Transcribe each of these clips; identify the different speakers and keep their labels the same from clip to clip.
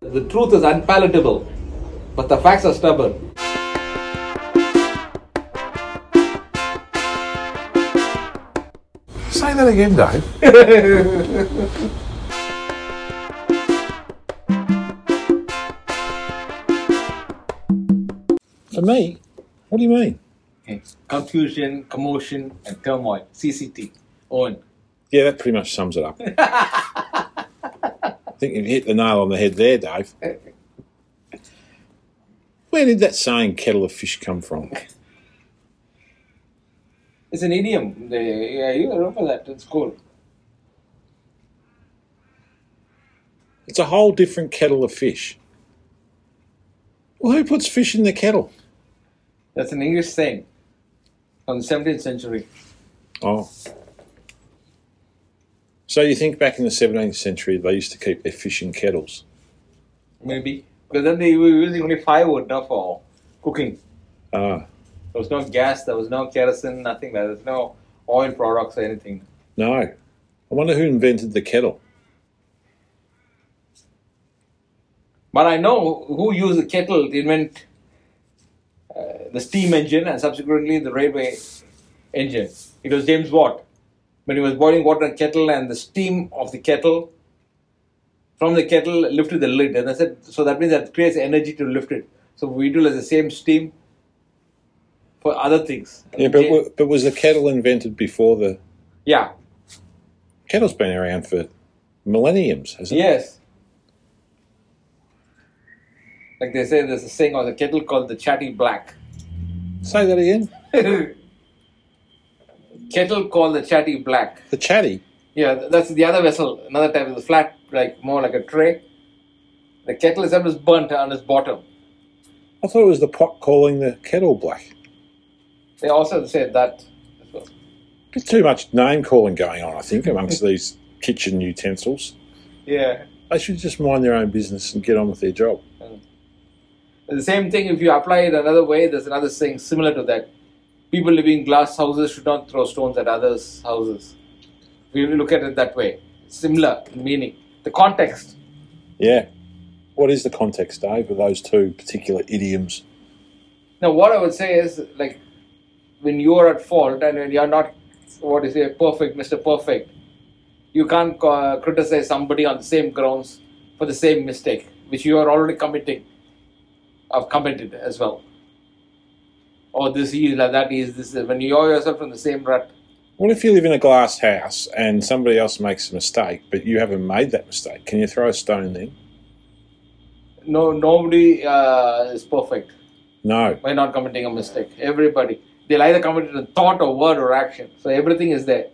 Speaker 1: The truth is unpalatable, but the facts are stubborn.
Speaker 2: Say that again, Dave.
Speaker 3: For me? What do you mean?
Speaker 4: Okay. Confusion, commotion, and turmoil. CCT. Owen.
Speaker 3: Yeah, that pretty much sums it up. I think you've hit the nail on the head there, Dave. Where did that saying kettle of fish come from?
Speaker 4: It's an idiom. They- Yeah, you remember that in school.
Speaker 3: It's a whole different kettle of fish. Well, who puts fish in the kettle?
Speaker 4: That's an English saying from the 17th century.
Speaker 3: Oh. So you think back in the 17th century, they used to keep their fish in kettles.
Speaker 4: Maybe. Because then they were using only firewood now for cooking.
Speaker 3: Ah,
Speaker 4: There was no gas, there was no kerosene, nothing. There was no oil products or anything.
Speaker 3: no. I wonder who invented the kettle.
Speaker 4: But I know who used the kettle to invent uh, the steam engine and subsequently the railway engine. It was James Watt. When he was boiling water in a kettle and the steam of the kettle from the kettle lifted the lid. And I said, so that means that creates energy to lift it. So we do like the same steam for other things.
Speaker 3: Yeah, but, wa- but was the kettle invented before the.
Speaker 4: yeah,
Speaker 3: Kettle's been around for millenniums, hasn't it?
Speaker 4: yes. Like they say, there's a saying on the kettle called the chatty black.
Speaker 3: Say that again.
Speaker 4: kettle called the chatty black.
Speaker 3: The chatty.
Speaker 4: Yeah, th- that's the other vessel. Another type is a flat, like more like a tray. The kettle itself is burnt on its bottom.
Speaker 3: I thought it was the pot calling the kettle black.
Speaker 4: They also said that.
Speaker 3: Bit too much name calling going on, I think, amongst these kitchen utensils.
Speaker 4: Yeah.
Speaker 3: They should just mind their own business and get on with their job.
Speaker 4: The same thing, if you apply it another way, there's another saying similar to that. People living in glass houses should not throw stones at others' houses. We look at it that way. Similar in meaning. The context.
Speaker 3: Yeah. What is the context, Dave, of those two particular idioms?
Speaker 4: Now, what I would say is like when you are at fault and when you're not, what is it, perfect, Mr. Perfect, you can't uh, criticize somebody on the same grounds for the same mistake which you are already committing. I've committed as well. Or this he is like that he is this is- when you are yourself in the same rut.
Speaker 3: What if you live in a glass house and somebody else makes a mistake, but you haven't made that mistake? Can you throw a stone then?
Speaker 4: No, nobody uh, is perfect
Speaker 3: No.
Speaker 4: by not committing a mistake. Everybody they'll either commit it in thought or word or action. So everything is there.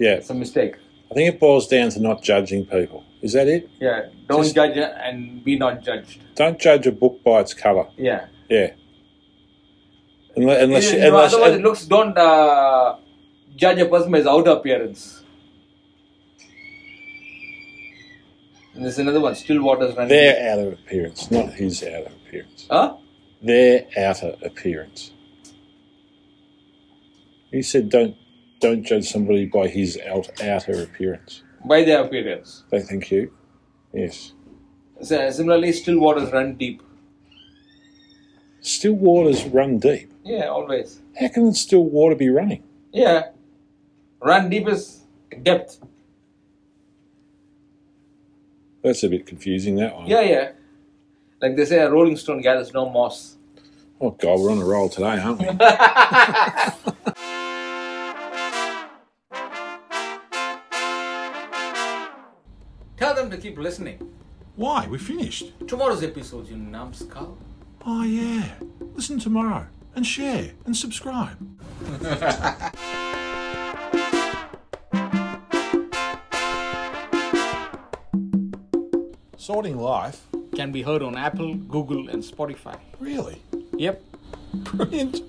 Speaker 3: Yeah.
Speaker 4: It's a mistake.
Speaker 3: I think it boils down to not judging people. Is that it?
Speaker 4: Yeah, don't
Speaker 3: Just-
Speaker 4: judge and be not judged.
Speaker 3: Don't judge a book by its cover.
Speaker 4: Yeah.
Speaker 3: Yeah. Unless, unless,
Speaker 4: You know,
Speaker 3: unless,
Speaker 4: otherwise, it looks don't uh, judge a person by his outer appearance. And there's another one, still waters running.
Speaker 3: their outer appearance, not his outer appearance.
Speaker 4: Huh?
Speaker 3: Their outer appearance. He said, "Don't don't judge somebody by his out, outer appearance."
Speaker 4: By their appearance.
Speaker 3: Don't think you. Yes.
Speaker 4: So, similarly, still waters run deep.
Speaker 3: Still waters run deep.
Speaker 4: Yeah, always.
Speaker 3: How can still water be running?
Speaker 4: Yeah. Run deep is depth.
Speaker 3: That's a bit confusing. That one.
Speaker 4: Yeah, yeah. Like they say, a rolling stone gathers no moss.
Speaker 3: Oh God, we're on a roll today, aren't we?
Speaker 4: Tell them to keep listening.
Speaker 2: Why? We finished.
Speaker 4: Tomorrow's episode, you numbskull.
Speaker 2: Oh, yeah. Listen tomorrow and share and subscribe. Sorting life?
Speaker 4: Can be heard on Apple, Google, and Spotify.
Speaker 2: Really?
Speaker 4: Yep.
Speaker 2: Brilliant.